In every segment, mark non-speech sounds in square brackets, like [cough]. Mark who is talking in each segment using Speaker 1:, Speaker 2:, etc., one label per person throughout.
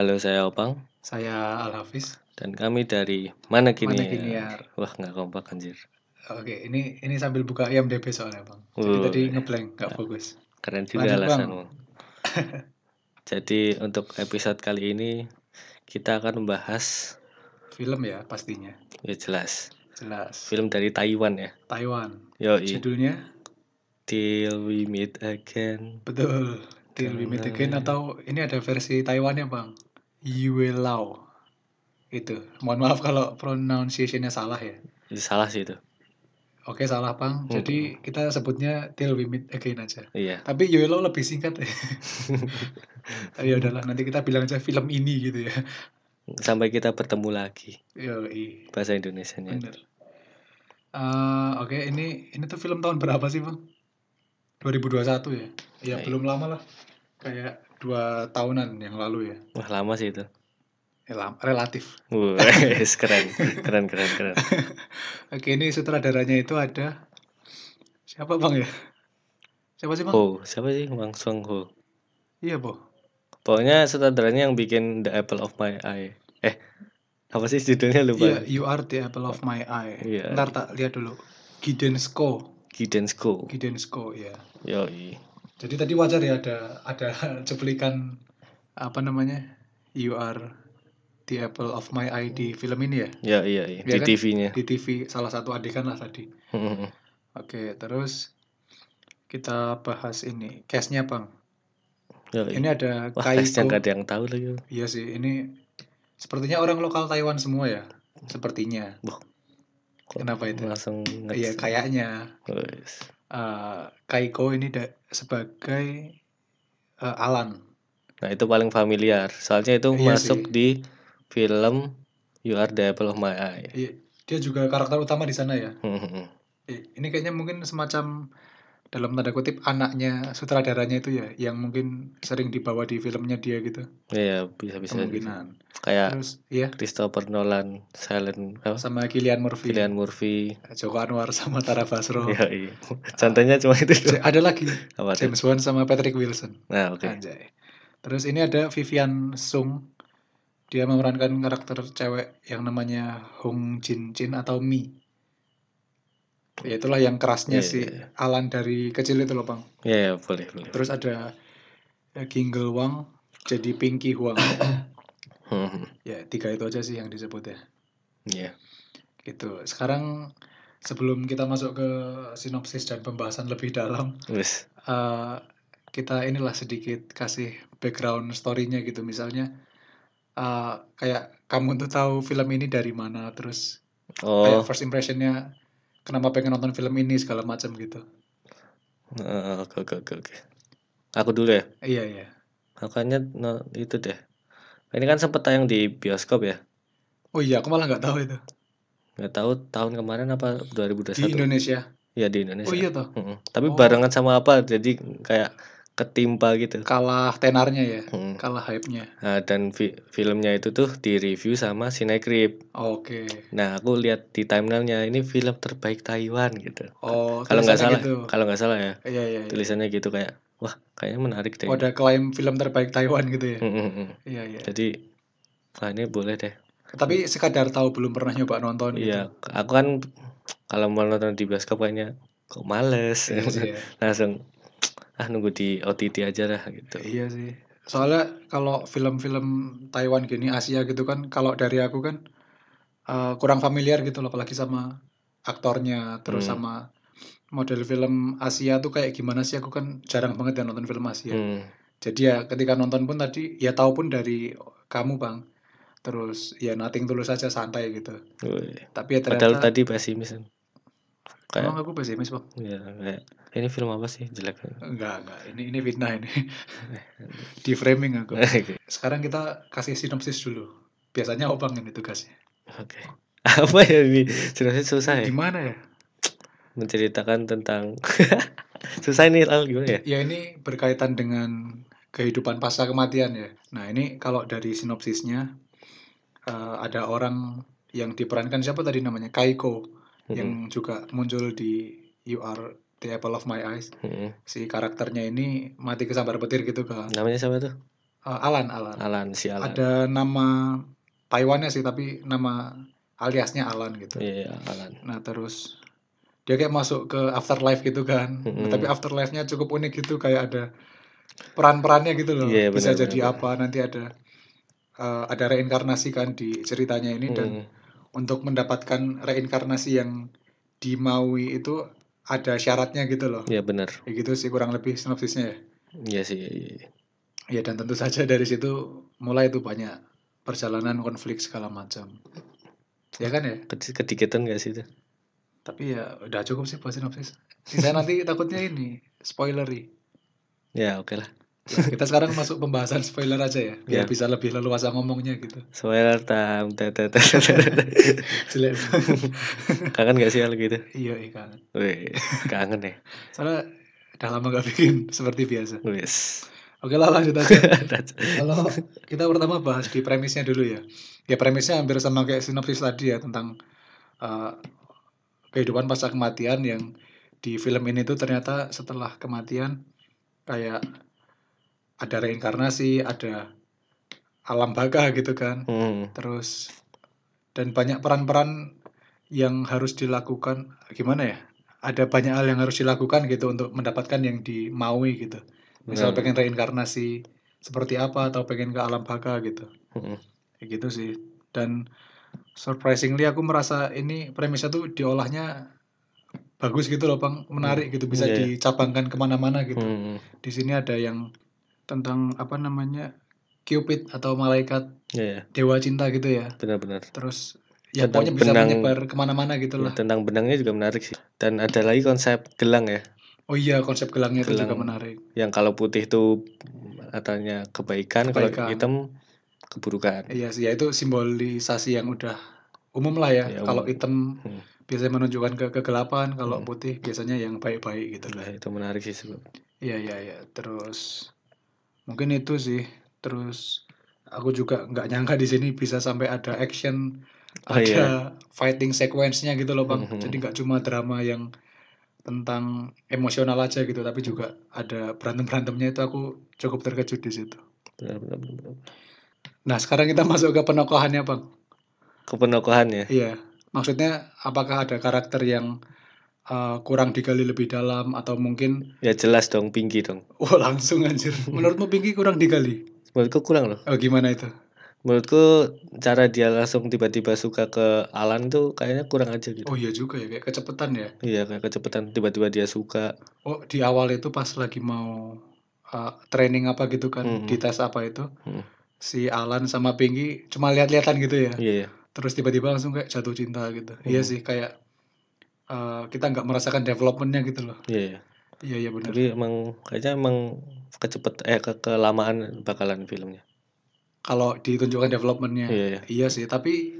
Speaker 1: Halo, saya Opang
Speaker 2: Saya Al Hafiz.
Speaker 1: dan kami dari Mana Kini.
Speaker 2: Mana Kiniar.
Speaker 1: Wah, nggak kompak anjir.
Speaker 2: Oke, ini ini sambil buka IMDb soalnya bang. Jadi
Speaker 1: Wuh.
Speaker 2: tadi
Speaker 1: Ya.
Speaker 2: ngeblank, nggak fokus.
Speaker 1: Keren juga
Speaker 2: Lanjut, Bang.
Speaker 1: alasanmu. [laughs] Jadi untuk episode kali ini kita akan membahas
Speaker 2: Film ya pastinya,
Speaker 1: ya jelas
Speaker 2: jelas.
Speaker 1: film dari Taiwan ya.
Speaker 2: Taiwan.
Speaker 1: Yoi,
Speaker 2: Judulnya
Speaker 1: Till We Meet Again.
Speaker 2: betul. Till We Meet
Speaker 1: Karena-
Speaker 2: Again atau ini ada versi Taiwannya bang. Yue Lao. Itu. Mohon maaf kalau pronunciation-nya salah ya.
Speaker 1: Itu salah sih itu.
Speaker 2: Oke salah
Speaker 1: Hmm.
Speaker 2: bang. Jadi kita sebutnya Till We Meet Again aja.
Speaker 1: Iya.
Speaker 2: Tapi Yue Lao lebih singkat.
Speaker 1: [laughs]
Speaker 2: ya udahlah nanti kita bilang aja film ini gitu ya.
Speaker 1: Sampai kita bertemu lagi
Speaker 2: Yoi.
Speaker 1: bahasa Indonesianya.
Speaker 2: Bener. Eh, Oke, ini ini tuh film tahun berapa sih, Bang? 2021 ya? Ya,
Speaker 1: Baik.
Speaker 2: belum lama lah. Kayak dua tahunan yang lalu ya.
Speaker 1: Wah, lama sih itu.
Speaker 2: Eh, lam- Relatif.
Speaker 1: Wuh, keren. Keren keren
Speaker 2: [laughs]
Speaker 1: keren.
Speaker 2: Oke, ini sutradaranya itu ada siapa, Bang ya? Siapa sih, Bang?
Speaker 1: Ho, siapa sih Wang Sung Ho?
Speaker 2: Iya, Bo.
Speaker 1: Pokoknya sutradaranya yang bikin The Apple of My Eye. Eh, apa sih judulnya
Speaker 2: Iya,
Speaker 1: lupa?
Speaker 2: You Are the Apple of My Eye.
Speaker 1: Iya.
Speaker 2: Ntar tak lihat dulu. Gidensko,
Speaker 1: Gidensko.
Speaker 2: Gidensko ya.
Speaker 1: Yoi.
Speaker 2: Jadi tadi wajar ya ada ada [laughs] cuplikan apa namanya? You are the apple of my eye di film ini ya
Speaker 1: Ya, iya, iya. Di
Speaker 2: Iya kan?
Speaker 1: TV-nya.
Speaker 2: di TV salah satu adegan lah tadi. Oke, terus kita bahas ini case-nya bang.
Speaker 1: [laughs] Yoi.
Speaker 2: Ini ada
Speaker 1: Wah,
Speaker 2: Kaiko.
Speaker 1: kayaknya nggak ada [laughs] yang tahu lagi.
Speaker 2: Iya sih, ini sepertinya orang lokal Taiwan semua ya. Sepertinya.
Speaker 1: Wah. Kok
Speaker 2: Kenapa itu?
Speaker 1: Langsung
Speaker 2: Iya, kayaknya
Speaker 1: Wes.
Speaker 2: eh, Kaiko ini da- sebagai eh, Alan.
Speaker 1: Nah, itu paling familiar. Soalnya itu
Speaker 2: Iya
Speaker 1: masuk
Speaker 2: sih.
Speaker 1: di film You Are the Apple of My Eye. [laughs]
Speaker 2: Iya, dia juga karakter utama di sana ya. Eh, Ini kayaknya mungkin semacam dalam tanda kutip anaknya sutradaranya itu ya yang mungkin sering dibawa di filmnya dia gitu
Speaker 1: Iya, bisa-bisa. gitu.
Speaker 2: kemungkinan
Speaker 1: Kayak
Speaker 2: terus ya
Speaker 1: Christopher Nolan, Silent apa?
Speaker 2: sama Kilian Murphy
Speaker 1: Cillian Murphy.
Speaker 2: Joko Anwar sama Tara Basro
Speaker 1: Yoi. [laughs] Santannya cuma itu. doang.
Speaker 2: J- ada lagi
Speaker 1: Apa tuh?
Speaker 2: James Bond sama Patrick Wilson
Speaker 1: Nah, oke.
Speaker 2: anjay terus ini ada Vivian Sung dia memerankan karakter cewek yang namanya Hong Jin Jin atau Mi ya itulah yang
Speaker 1: Iya,
Speaker 2: kerasnya si
Speaker 1: iya,
Speaker 2: Alan dari kecil itu loh bang
Speaker 1: Ya, ya, boleh, boleh.
Speaker 2: Terus ada eh, Gingle Wang jadi Pinky Huang.
Speaker 1: Hmm,
Speaker 2: ya, tiga itu aja sih yang disebut ya.
Speaker 1: Iya.
Speaker 2: Gitu. Sekarang sebelum kita masuk ke sinopsis dan pembahasan lebih dalam,
Speaker 1: Wes.
Speaker 2: eh, kita inilah sedikit kasih background story-nya gitu. Misalnya eh, kayak kamu tuh tahu film ini dari mana, terus
Speaker 1: Oh,
Speaker 2: kayak first impression-nya kenapa pengen nonton film ini segala macam gitu.
Speaker 1: eh, oke oke oke oke. Aku dulu ya.
Speaker 2: Iya, iya.
Speaker 1: Makanya no- itu deh. Ini kan sempet tayang di bioskop ya.
Speaker 2: Oh iya, aku malah nggak tahu itu.
Speaker 1: Nggak tahu tahun kemarin apa
Speaker 2: Di
Speaker 1: 2021.
Speaker 2: Indonesia.
Speaker 1: Iya di Indonesia.
Speaker 2: Oh iya toh.
Speaker 1: Mm-mm. Tapi
Speaker 2: Oh.
Speaker 1: barengan sama apa? Jadi kayak ketimpa gitu.
Speaker 2: Kalah tenarnya ya.
Speaker 1: Mm.
Speaker 2: kalah hype-nya.
Speaker 1: Nah, dan fi- filmnya itu tuh di review sama Cinecrib.
Speaker 2: Oke.
Speaker 1: Nah, aku lihat di timelinenya ini film terbaik Taiwan gitu.
Speaker 2: Oh,
Speaker 1: Kalau nggak
Speaker 2: tulisannya
Speaker 1: salah,
Speaker 2: gitu.
Speaker 1: kalau nggak salah ya,
Speaker 2: Iya, iya. iya.
Speaker 1: tulisannya gitu kayak, wah kayaknya menarik deh.
Speaker 2: Oh, ada klaim film terbaik Taiwan gitu ya.
Speaker 1: Mm, mm, mm.
Speaker 2: Iya, iya.
Speaker 1: Jadi, wah ini boleh deh.
Speaker 2: Tapi sekadar tahu belum pernah nyoba nonton gitu.
Speaker 1: Iya, aku kan kalau mau nonton di bioskop kayaknya kok males.
Speaker 2: Iya sih. ya.
Speaker 1: [laughs] Langsung ah nunggu di OTT aja lah gitu.
Speaker 2: Iya sih. Soalnya kalau film-film Taiwan gini Asia gitu kan kalau dari aku kan eh, kurang familiar gitu loh apalagi sama aktornya terus
Speaker 1: Hmm.
Speaker 2: sama model film Asia tuh kayak gimana sih aku kan jarang banget ya nonton film Asia.
Speaker 1: Hmm,
Speaker 2: Jadi ya ketika nonton pun tadi ya tahu pun dari kamu bang. Terus ya nothing tulus aja santai gitu.
Speaker 1: woi.
Speaker 2: Tapi ya
Speaker 1: Padahal
Speaker 2: ternyata Oh.
Speaker 1: tadi pesimis. kan. Kayak,
Speaker 2: emang aku pesimis bang.
Speaker 1: ya, kayak ini film apa sih jelek?
Speaker 2: Enggak enggak. Ini ini fitnah
Speaker 1: [laughs]
Speaker 2: ini. [laughs] Di framing aku.
Speaker 1: Oke.
Speaker 2: Sekarang kita kasih sinopsis dulu. Biasanya obang ini tugasnya.
Speaker 1: [laughs] Oke. Apa ya ini? Jelasnya susah ya.
Speaker 2: Gimana ya?
Speaker 1: Menceritakan tentang [laughs] susah ini Al gimana ya?
Speaker 2: Ya ini berkaitan dengan kehidupan pasca kematian ya. Nah ini kalau dari sinopsisnya eh, ada orang yang diperankan siapa tadi namanya Kaiko yang juga muncul di You Are the Apple of My Eyes.
Speaker 1: Mm, mm.
Speaker 2: Si karakternya ini mati kesambar petir gitu kan.
Speaker 1: Namanya siapa tuh?
Speaker 2: Eh, Alan, Alan.
Speaker 1: Alan si Alan.
Speaker 2: Ada nama Taiwannya sih, tapi nama aliasnya Alan gitu.
Speaker 1: Iya, iya, Alan.
Speaker 2: Nah terus dia kayak masuk ke afterlife gitu kan,
Speaker 1: Mm-mm.
Speaker 2: tapi afterlife-nya cukup unik gitu kayak ada peran-perannya gitu loh,
Speaker 1: Iya,
Speaker 2: bisa
Speaker 1: benar,
Speaker 2: jadi
Speaker 1: benar,
Speaker 2: apa nanti ada eh, ada reinkarnasi kan di ceritanya ini dan
Speaker 1: Mm.
Speaker 2: untuk mendapatkan reinkarnasi yang dimaui itu ada syaratnya gitu loh,
Speaker 1: Iya benar.
Speaker 2: ya gitu sih kurang lebih sinopsisnya ya.
Speaker 1: Iya sih. iya, iya.
Speaker 2: Ya dan tentu saja dari situ mulai itu banyak perjalanan konflik segala macam, ya kan ya.
Speaker 1: Kedi- Kedikitan gak sih itu?
Speaker 2: Tapi ya udah cukup sih buat sinopsis. Sisa nanti takutnya ini spoilery.
Speaker 1: Ya oke lah.
Speaker 2: Ya, kita sekarang masuk pembahasan spoiler aja ya,
Speaker 1: Ya.
Speaker 2: biar bisa lebih leluasa ngomongnya gitu.
Speaker 1: Spoiler time. Tet, tet, tet, tet, tet.
Speaker 2: Jelek [laughs] banget.
Speaker 1: Kangen gak sih hal gitu?
Speaker 2: iya, iya kangen.
Speaker 1: Wih, kangen ya.
Speaker 2: Soalnya udah lama gak bikin seperti biasa.
Speaker 1: Wis.
Speaker 2: Oke lah [laughs] lanjut aja.
Speaker 1: That's-
Speaker 2: Kalau kita pertama bahas di premisnya dulu ya. Ya premisnya hampir sama kayak sinopsis tadi ya tentang eh, kehidupan pasca kematian yang di film ini tuh ternyata setelah kematian kayak ada reinkarnasi, ada alam baka gitu kan.
Speaker 1: Hmm.
Speaker 2: Terus dan banyak peran-peran yang harus dilakukan gimana ya? Ada banyak hal yang harus dilakukan gitu untuk mendapatkan yang dimaui gitu.
Speaker 1: Benar.
Speaker 2: Misal pengen reinkarnasi seperti apa atau pengen ke alam baka gitu.
Speaker 1: Mm-mm.
Speaker 2: Kayak gitu sih. Dan surprisingly aku merasa ini premisnya tuh diolahnya bagus gitu loh Bang, menarik gitu bisa
Speaker 1: Iya, iya.
Speaker 2: dicabangkan kemana-mana gitu.
Speaker 1: Hmm.
Speaker 2: Di sini ada yang tentang apa namanya Cupid atau malaikat
Speaker 1: Iya, iya.
Speaker 2: dewa cinta gitu ya.
Speaker 1: benar-benar.
Speaker 2: Terus ya
Speaker 1: Tentang
Speaker 2: pokoknya bisa
Speaker 1: benang-
Speaker 2: menyebar kemana-mana gitu
Speaker 1: Ya,
Speaker 2: lah.
Speaker 1: tentang benangnya juga menarik sih. Dan ada lagi konsep gelang ya,
Speaker 2: Oh iya konsep gelangnya itu juga
Speaker 1: Gelang.
Speaker 2: menarik.
Speaker 1: yang kalau putih itu katanya kebaikan, kalau
Speaker 2: Kebaikan.
Speaker 1: hitam keburukan.
Speaker 2: Iya sih, ya itu simbolisasi yang udah umum lah ya.
Speaker 1: Ya,
Speaker 2: kalau
Speaker 1: umum.
Speaker 2: hitam
Speaker 1: Hmm.
Speaker 2: biasanya menunjukkan ke kegelapan, kalau
Speaker 1: Hmm.
Speaker 2: putih biasanya yang baik-baik gitu
Speaker 1: Nah,
Speaker 2: lah.
Speaker 1: itu menarik sih sebab.
Speaker 2: Iya, iya, iya. Terus mungkin itu sih. Terus aku juga nggak nyangka di sini bisa sampai ada action,
Speaker 1: Oh,
Speaker 2: ada
Speaker 1: iya.
Speaker 2: fighting sequence-nya gitu loh, Bang.
Speaker 1: Mhm.
Speaker 2: Jadi nggak cuma drama yang tentang emosional aja gitu, tapi juga ada berantem-berantemnya itu aku cukup terkejut di situ.
Speaker 1: Benar-benar. benar-benar.
Speaker 2: Nah, sekarang kita [laughs] masuk ke penokohannya, Bang.
Speaker 1: Kepenokohan ya.
Speaker 2: Iya, maksudnya apakah ada karakter yang uh, kurang digali lebih dalam atau mungkin [laughs]
Speaker 1: Ya jelas dong, Pinky dong.
Speaker 2: oh langsung anjir. Menurutmu Pinky kurang digali?
Speaker 1: Menurutku kurang loh.
Speaker 2: Oh, gimana itu?
Speaker 1: Menurutku cara dia langsung tiba-tiba suka ke Alan tuh kayaknya kurang aja gitu.
Speaker 2: Oh iya juga ya, kayak kecepetan ya.
Speaker 1: Iya, kayak kecepatan tiba-tiba dia suka.
Speaker 2: Oh, di awal itu pas lagi mau uh, training apa gitu kan,
Speaker 1: Mm-mm.
Speaker 2: di tes apa itu,
Speaker 1: Mm.
Speaker 2: si Alan sama Pinky cuma lihat-lihatan gitu ya.
Speaker 1: Iya, iya.
Speaker 2: Terus tiba-tiba langsung kayak jatuh cinta gitu. Iya
Speaker 1: Mm.
Speaker 2: sih, kayak uh, kita nggak merasakan developmentnya gitu loh.
Speaker 1: Iya, iya.
Speaker 2: Iya iya benar.
Speaker 1: Tapi emang kayaknya emang kecepet eh ke kelamaan bakalan filmnya.
Speaker 2: Kalau ditunjukkan developmentnya.
Speaker 1: Iya, iya.
Speaker 2: Iya sih, tapi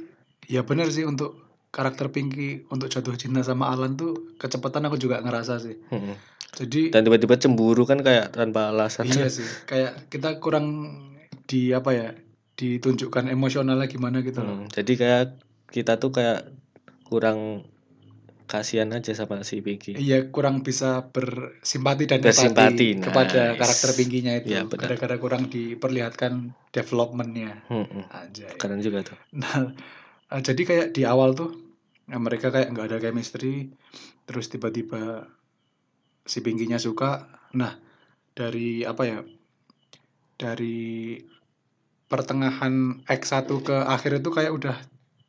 Speaker 2: ya benar sih untuk karakter Pinky untuk jatuh cinta sama Alan tuh kecepatan aku juga ngerasa sih.
Speaker 1: Mm-mm.
Speaker 2: Jadi
Speaker 1: Hmm. Dan tiba-tiba cemburu kan kayak tanpa alasan.
Speaker 2: iya sih, kayak kita kurang di apa ya, ditunjukkan emosionalnya gimana gitu loh.
Speaker 1: Hmm, jadi kayak kita tuh kayak kurang kasihan aja sama si Pinky.
Speaker 2: Iya, kurang bisa bersimpati dan
Speaker 1: Bersimpati,
Speaker 2: empati kepada
Speaker 1: nice.
Speaker 2: karakter Pinky-nya itu
Speaker 1: Iya, benar.
Speaker 2: gara-gara kurang diperlihatkan developmentnya
Speaker 1: Hmm,
Speaker 2: aja.
Speaker 1: keren juga tuh.
Speaker 2: Nah, eh, jadi kayak di awal tuh eh, mereka kayak nggak ada chemistry, terus tiba-tiba si Pinky-nya suka. Nah, dari apa ya? Dari pertengahan X1 ke akhir itu kayak udah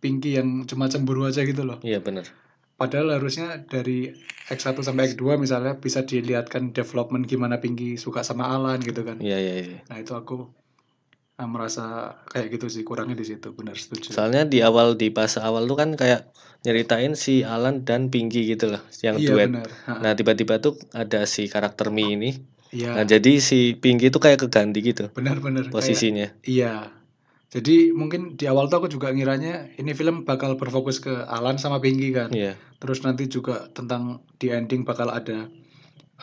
Speaker 2: Pinky yang cuma cemburu aja gitu loh.
Speaker 1: Iya benar.
Speaker 2: Padahal harusnya dari X1 sampai X2 misalnya bisa dilihatkan development gimana Pinky suka sama Alan gitu kan.
Speaker 1: Iya iya iya.
Speaker 2: Nah, itu aku eh, merasa kayak gitu sih kurangnya di situ, benar setuju.
Speaker 1: Soalnya di awal di pas awal tuh kan kayak nyeritain si Alan dan Pinky gitu loh yang
Speaker 2: iya
Speaker 1: duet.
Speaker 2: benar. Ha,
Speaker 1: Nah tiba-tiba tuh ada si karakter Mi ini.
Speaker 2: Iya.
Speaker 1: Nah jadi si Pinky tuh kayak keganti gitu
Speaker 2: Benar-benar kayak-
Speaker 1: posisinya.
Speaker 2: iya. Jadi mungkin di awal tuh aku juga ngiranya ini film bakal berfokus ke Alan sama Pinky kan.
Speaker 1: Iya.
Speaker 2: Terus nanti juga tentang di ending bakal ada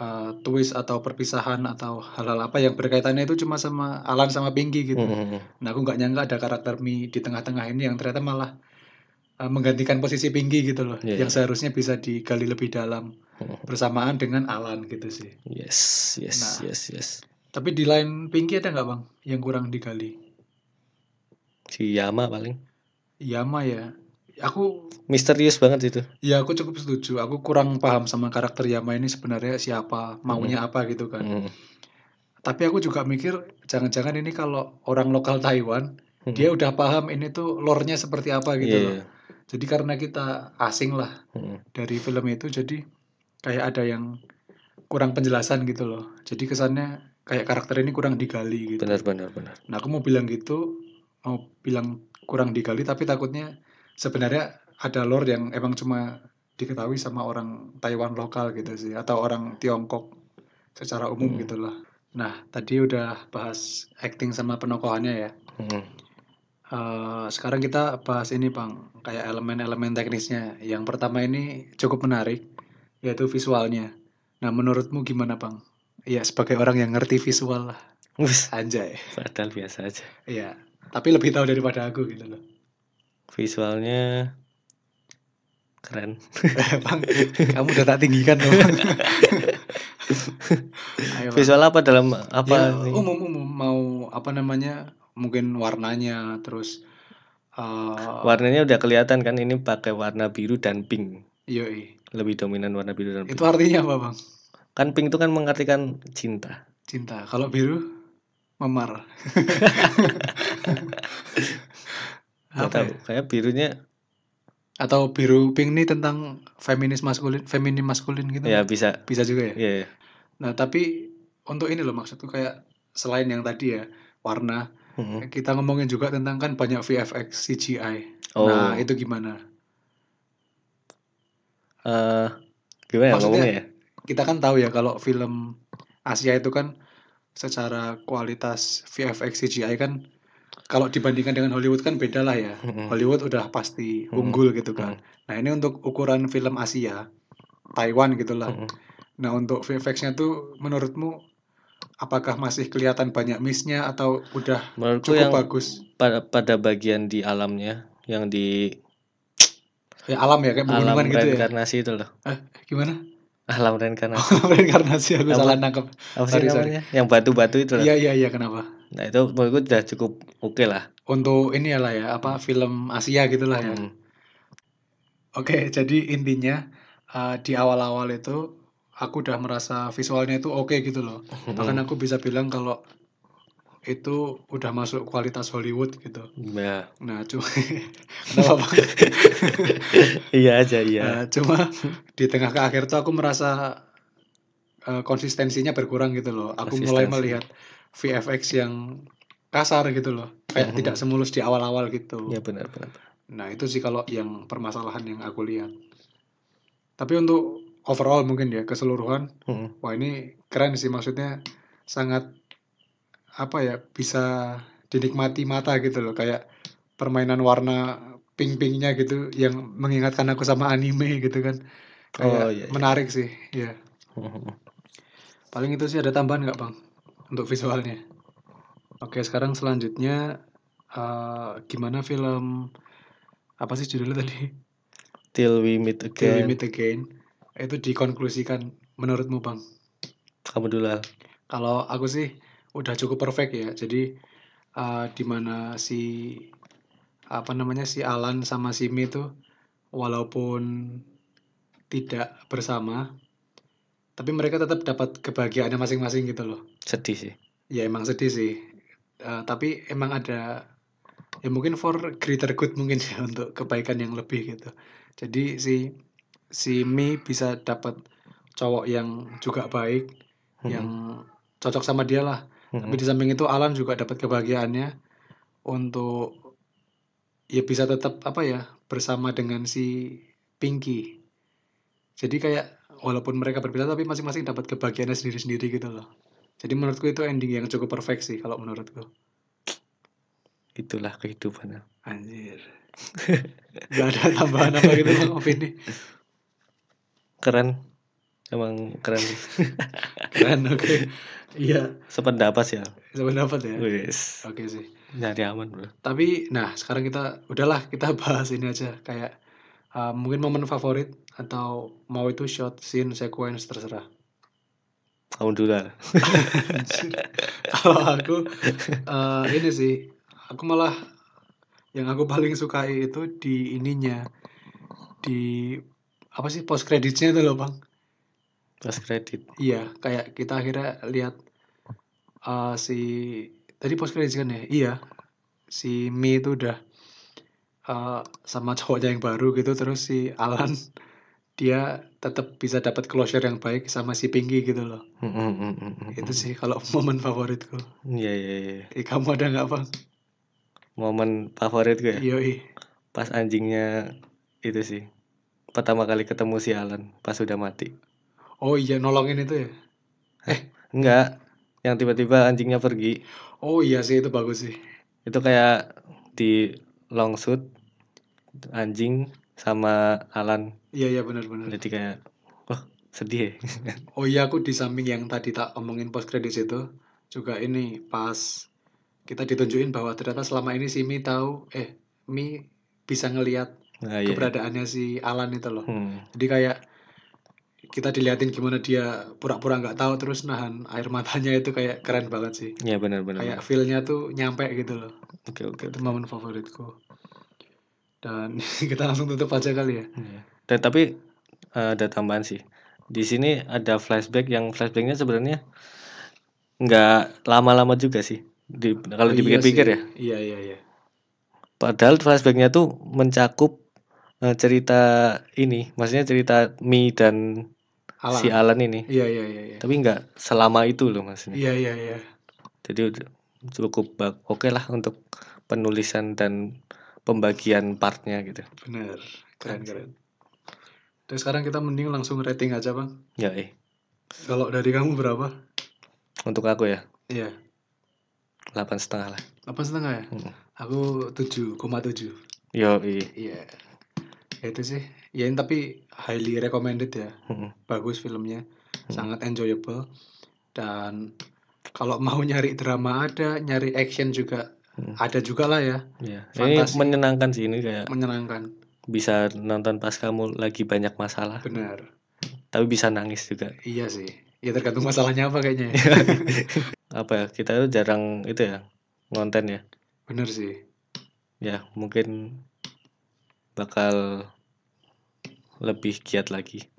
Speaker 2: uh, twist atau perpisahan atau hal-hal apa yang berkaitannya itu cuma sama Alan sama Pinky gitu.
Speaker 1: Mm-mm.
Speaker 2: Nah aku nggak nyangka ada karakter Mi di tengah-tengah ini yang ternyata malah uh, menggantikan posisi Pinky gitu loh,
Speaker 1: Iya.
Speaker 2: yang seharusnya bisa digali lebih dalam
Speaker 1: Mm-mm.
Speaker 2: bersamaan dengan Alan gitu sih.
Speaker 1: Yes yes
Speaker 2: Nah.
Speaker 1: yes yes.
Speaker 2: Tapi di lain Pinky ada nggak bang yang kurang digali?
Speaker 1: Si Yama paling.
Speaker 2: Yama ya. Aku
Speaker 1: Misterius banget itu.
Speaker 2: ya aku cukup setuju. Aku kurang paham sama karakter Yama ini sebenarnya siapa, maunya apa gitu kan.
Speaker 1: Mm.
Speaker 2: Tapi aku juga mikir jangan-jangan ini kalau orang lokal Taiwan
Speaker 1: Mm.
Speaker 2: dia udah paham ini tuh lore-nya seperti apa gitu
Speaker 1: Iya,
Speaker 2: loh.
Speaker 1: iya.
Speaker 2: Jadi karena kita asing lah
Speaker 1: Mm.
Speaker 2: dari film itu jadi kayak ada yang kurang penjelasan gitu loh. Jadi kesannya kayak karakter ini kurang digali gitu.
Speaker 1: Benar benar benar.
Speaker 2: Nah, aku mau bilang gitu, mau bilang kurang digali, tapi takutnya sebenarnya ada lore yang emang cuma diketahui sama orang Taiwan lokal gitu sih, atau orang Tiongkok secara umum
Speaker 1: Hmm.
Speaker 2: gitulah. Nah, tadi udah bahas acting sama penokohannya ya.
Speaker 1: Mm.
Speaker 2: Eh, sekarang kita bahas ini, Bang, kayak elemen-elemen teknisnya. Yang pertama ini cukup menarik, yaitu visualnya. Nah, menurutmu gimana, Bang? Ya, sebagai orang yang ngerti visual lah,
Speaker 1: Wis,
Speaker 2: anjay.
Speaker 1: padahal biasa aja.
Speaker 2: Iya, tapi lebih tahu daripada aku gitu [laughs] loh.
Speaker 1: Visualnya keren.
Speaker 2: bang, kamu udah tak tinggikan loh. Bang. [laughs] Ayo, Bang.
Speaker 1: Visual apa dalam apa
Speaker 2: Ya,
Speaker 1: nih?
Speaker 2: umum-umum mau apa namanya? Mungkin warnanya terus eh
Speaker 1: Warnanya udah kelihatan kan ini pakai warna biru dan pink.
Speaker 2: yoi.
Speaker 1: Lebih dominan warna biru dan pink.
Speaker 2: Itu artinya apa, Bang?
Speaker 1: Kan pink itu kan mengartikan cinta.
Speaker 2: Cinta. Kalau biru [laughs] memar.
Speaker 1: Gak
Speaker 2: Apa
Speaker 1: tahu,
Speaker 2: ya?
Speaker 1: kayak birunya
Speaker 2: Atau biru pink nih tentang feminis maskulin, feminim maskulin gitu.
Speaker 1: ya bisa.
Speaker 2: Bisa juga ya.
Speaker 1: Ya, ya.
Speaker 2: Nah, tapi untuk ini loh maksudku kayak selain yang tadi ya, warna
Speaker 1: Mm.
Speaker 2: kita ngomongin juga tentang kan banyak VFX CGI.
Speaker 1: Oh,
Speaker 2: Nah, itu gimana?
Speaker 1: eh, gimana ya
Speaker 2: Maksudnya-
Speaker 1: ngomongnya ya?
Speaker 2: Kita kan tahu ya kalau film Asia itu kan secara kualitas VFX CGI kan kalau dibandingkan dengan Hollywood kan beda lah ya.
Speaker 1: Mm.
Speaker 2: Hollywood udah pasti
Speaker 1: Hmm.
Speaker 2: unggul gitu kan. Nah, ini untuk ukuran film Asia, Taiwan gitulah.
Speaker 1: Mm.
Speaker 2: Nah, untuk VFX-nya tuh menurutmu apakah masih kelihatan banyak miss-nya atau udah
Speaker 1: Menurutku
Speaker 2: cukup
Speaker 1: yang
Speaker 2: bagus?
Speaker 1: pada, pada bagian di alamnya yang di
Speaker 2: Ya alam ya kayak
Speaker 1: alam
Speaker 2: pegunungan gitu ya.
Speaker 1: reinkarnasi itu loh.
Speaker 2: Gimana? [laughs]
Speaker 1: Alam reinkarnasi.
Speaker 2: Reinkarnasi aku
Speaker 1: Apa?
Speaker 2: salah nangkep.
Speaker 1: Apa sih
Speaker 2: Oh, Sorry, sorry.
Speaker 1: namanya? Yang batu-batu itu loh.
Speaker 2: Iya iya iya kenapa?
Speaker 1: Nah, itu menurutku udah cukup oke lah.
Speaker 2: Untuk ini lah ya apa film Asia gitulah ya.
Speaker 1: Mm.
Speaker 2: Oke jadi intinya eh, di awal-awal itu aku udah merasa visualnya itu oke gitu loh.
Speaker 1: Hmm.
Speaker 2: Bahkan aku bisa bilang kalau itu udah masuk kualitas Hollywood gitu.
Speaker 1: Mm. Ya.
Speaker 2: Nah cuma [laughs] kenapa Bang?
Speaker 1: Iya aja, iya.
Speaker 2: Eh, cuma di tengah ke akhir tuh aku merasa eh, konsistensinya berkurang gitu loh. Aku mulai
Speaker 1: Konsistensi.
Speaker 2: melihat VFX yang kasar gitu loh. Kayak
Speaker 1: Mhm.
Speaker 2: tidak semulus di awal-awal gitu.
Speaker 1: Iya benar benar.
Speaker 2: Nah, itu sih kalau yang permasalahan yang aku lihat. Tapi untuk overall mungkin ya keseluruhan,
Speaker 1: Mm.
Speaker 2: wah ini keren sih maksudnya sangat apa ya bisa dinikmati mata gitu loh kayak permainan warna pink-pinknya gitu yang mengingatkan aku sama anime gitu kan. Kayak
Speaker 1: Oh, iya, iya.
Speaker 2: menarik sih, ya.
Speaker 1: Mm.
Speaker 2: Paling itu sih ada tambahan nggak bang untuk visualnya? Oke sekarang selanjutnya eh, gimana film apa sih judulnya tadi?
Speaker 1: Till we meet
Speaker 2: Till We
Speaker 1: again.
Speaker 2: Meet Again itu dikonklusikan menurutmu bang?
Speaker 1: Kamu dulu Al.
Speaker 2: Kalau aku sih udah cukup perfect ya. Jadi eh, di dimana si apa namanya si Alan sama si Mi itu walaupun tidak bersama, tapi mereka tetap dapat kebahagiaannya masing-masing gitu loh.
Speaker 1: Sedih sih.
Speaker 2: Ya emang sedih sih. Eh, tapi emang ada ya mungkin for greater good mungkin [laughs] ya untuk kebaikan yang lebih gitu. Jadi si si Mi bisa dapat cowok yang juga baik,
Speaker 1: Mm.
Speaker 2: yang cocok sama dia lah.
Speaker 1: Mm.
Speaker 2: Tapi di samping itu Alan juga dapat kebahagiaannya untuk ya bisa tetap apa ya bersama dengan si Pinky. Jadi kayak walaupun mereka berbeda tapi masing-masing dapat kebahagiaannya sendiri-sendiri gitu loh. Jadi menurutku itu ending yang cukup perfect sih kalau menurutku.
Speaker 1: Itulah kehidupan. Al.
Speaker 2: [laughs] Anjir. Gak ada tambahan apa gitu bang opini.
Speaker 1: Keren. Emang keren. sih.
Speaker 2: Keren oke. Iya.
Speaker 1: Sependapat sih. Al.
Speaker 2: Sependapat ya.
Speaker 1: Wis.
Speaker 2: Oke sih.
Speaker 1: Nyari aman, Bro.
Speaker 2: Tapi nah sekarang kita udahlah kita [laughs] bahas ini aja kayak uh, mungkin momen favorit atau mau itu shot scene sequence terserah.
Speaker 1: Kamu dulu lah.
Speaker 2: Anjir. Kalau aku eh, ini sih, aku malah yang aku paling sukai itu di ininya di apa sih post kreditnya itu loh bang?
Speaker 1: Pas kredit.
Speaker 2: Iya, kayak kita akhirnya lihat eh, si tadi post kredit kan ya? Iya, si Mi itu udah eh, sama cowoknya yang baru gitu, terus si Alan [laughs] dia tetap bisa dapat closure yang baik sama si Pinky gitu loh.
Speaker 1: Mm, mm, mm, mm, mm,
Speaker 2: Itu
Speaker 1: mm.
Speaker 2: sih kalau [laughs] momen favoritku.
Speaker 1: Iya iya iya.
Speaker 2: Eh, kamu ada nggak bang?
Speaker 1: Momen favorit gue ya.
Speaker 2: Yoi.
Speaker 1: Pas anjingnya itu sih. Pertama kali ketemu si Alan pas sudah mati.
Speaker 2: Oh iya nolongin itu ya.
Speaker 1: Enggak. Yang tiba-tiba anjingnya pergi.
Speaker 2: Oh iya sih itu bagus sih.
Speaker 1: Itu kayak di longshoot anjing sama Alan.
Speaker 2: Iya iya benar-benar.
Speaker 1: Jadi kayak wah sedih ya.
Speaker 2: Oh iya aku di samping yang tadi tak omongin post credits itu juga ini pas kita ditunjukin bahwa ternyata selama ini si Mi tahu eh Mi bisa ngelihat
Speaker 1: Nah, iya.
Speaker 2: keberadaannya si Alan itu loh.
Speaker 1: Hmm.
Speaker 2: Jadi kayak kita diliatin gimana dia pura-pura nggak tahu terus nahan air matanya itu kayak keren banget sih.
Speaker 1: Ya benar benar.
Speaker 2: Kayak feel-nya tuh nyampe gitu loh.
Speaker 1: Oke oke.
Speaker 2: Itu momen favoritku. Dan [laughs] kita langsung tutup aja kali ya.
Speaker 1: Iya. Dan tapi eh, ada tambahan sih. Di sini ada flashback yang flashbacknya sebenarnya nggak lama-lama juga sih. Di, kalau
Speaker 2: Oh, iya
Speaker 1: dipikir-pikir
Speaker 2: sih.
Speaker 1: ya.
Speaker 2: Iya iya iya.
Speaker 1: Padahal flashbacknya tuh mencakup eh, cerita ini, maksudnya cerita Mi dan
Speaker 2: Alan.
Speaker 1: si Alan ini.
Speaker 2: Iya iya iya iya.
Speaker 1: Tapi nggak selama itu loh maksudnya.
Speaker 2: Iya iya iya.
Speaker 1: Jadi udah cukup ba- oke lah untuk penulisan dan pembagian partnya gitu.
Speaker 2: Bener. Keren keren. Terus sekarang kita mending langsung rating aja bang.
Speaker 1: Ya eh
Speaker 2: Kalau dari kamu berapa?
Speaker 1: untuk aku ya
Speaker 2: Iya.
Speaker 1: delapan setengah lah.
Speaker 2: Delapan setengah ya.
Speaker 1: Mm.
Speaker 2: Aku tujuh koma tujuh.
Speaker 1: Yo eh.
Speaker 2: Iya. Itu sih. Ya ini tapi highly recommended ya.
Speaker 1: Mm.
Speaker 2: Bagus filmnya. Sangat enjoyable. Dan kalau mau nyari drama ada, nyari action juga
Speaker 1: Hmm.
Speaker 2: ada juga lah ya.
Speaker 1: Ya, ini
Speaker 2: Fantasi.
Speaker 1: menyenangkan sih ini kayak
Speaker 2: Menyenangkan.
Speaker 1: bisa nonton pas kamu lagi banyak masalah,
Speaker 2: Bener.
Speaker 1: tapi bisa nangis juga.
Speaker 2: Iya sih. Ya tergantung masalahnya apa kayaknya. ya.
Speaker 1: Apa ya? Kita tuh jarang itu ya konten ya.
Speaker 2: Bener sih.
Speaker 1: Ya, mungkin bakal lebih giat lagi.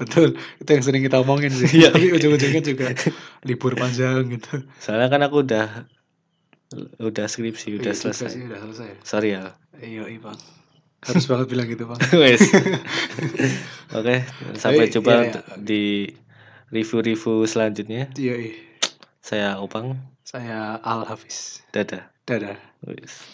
Speaker 2: Betul. Itu yang sering kita omongin sih.
Speaker 1: Iya.
Speaker 2: Tapi ujung-ujungnya juga libur panjang gitu.
Speaker 1: Soalnya kan aku udah udah skripsi, udah
Speaker 2: Iya juga
Speaker 1: selesai.
Speaker 2: sih, udah selesai.
Speaker 1: Sorry ya.
Speaker 2: Iya, iya, Bang. Harus banget bilang gitu, Bang.
Speaker 1: [laughs] Wes. Oke, sampai
Speaker 2: Tapi,
Speaker 1: jumpa
Speaker 2: iya, iya.
Speaker 1: untuk- di review-review selanjutnya.
Speaker 2: Iya, iya.
Speaker 1: Saya Opang,
Speaker 2: Saya Al Hafiz.
Speaker 1: dadah.
Speaker 2: Dadah.
Speaker 1: Wes.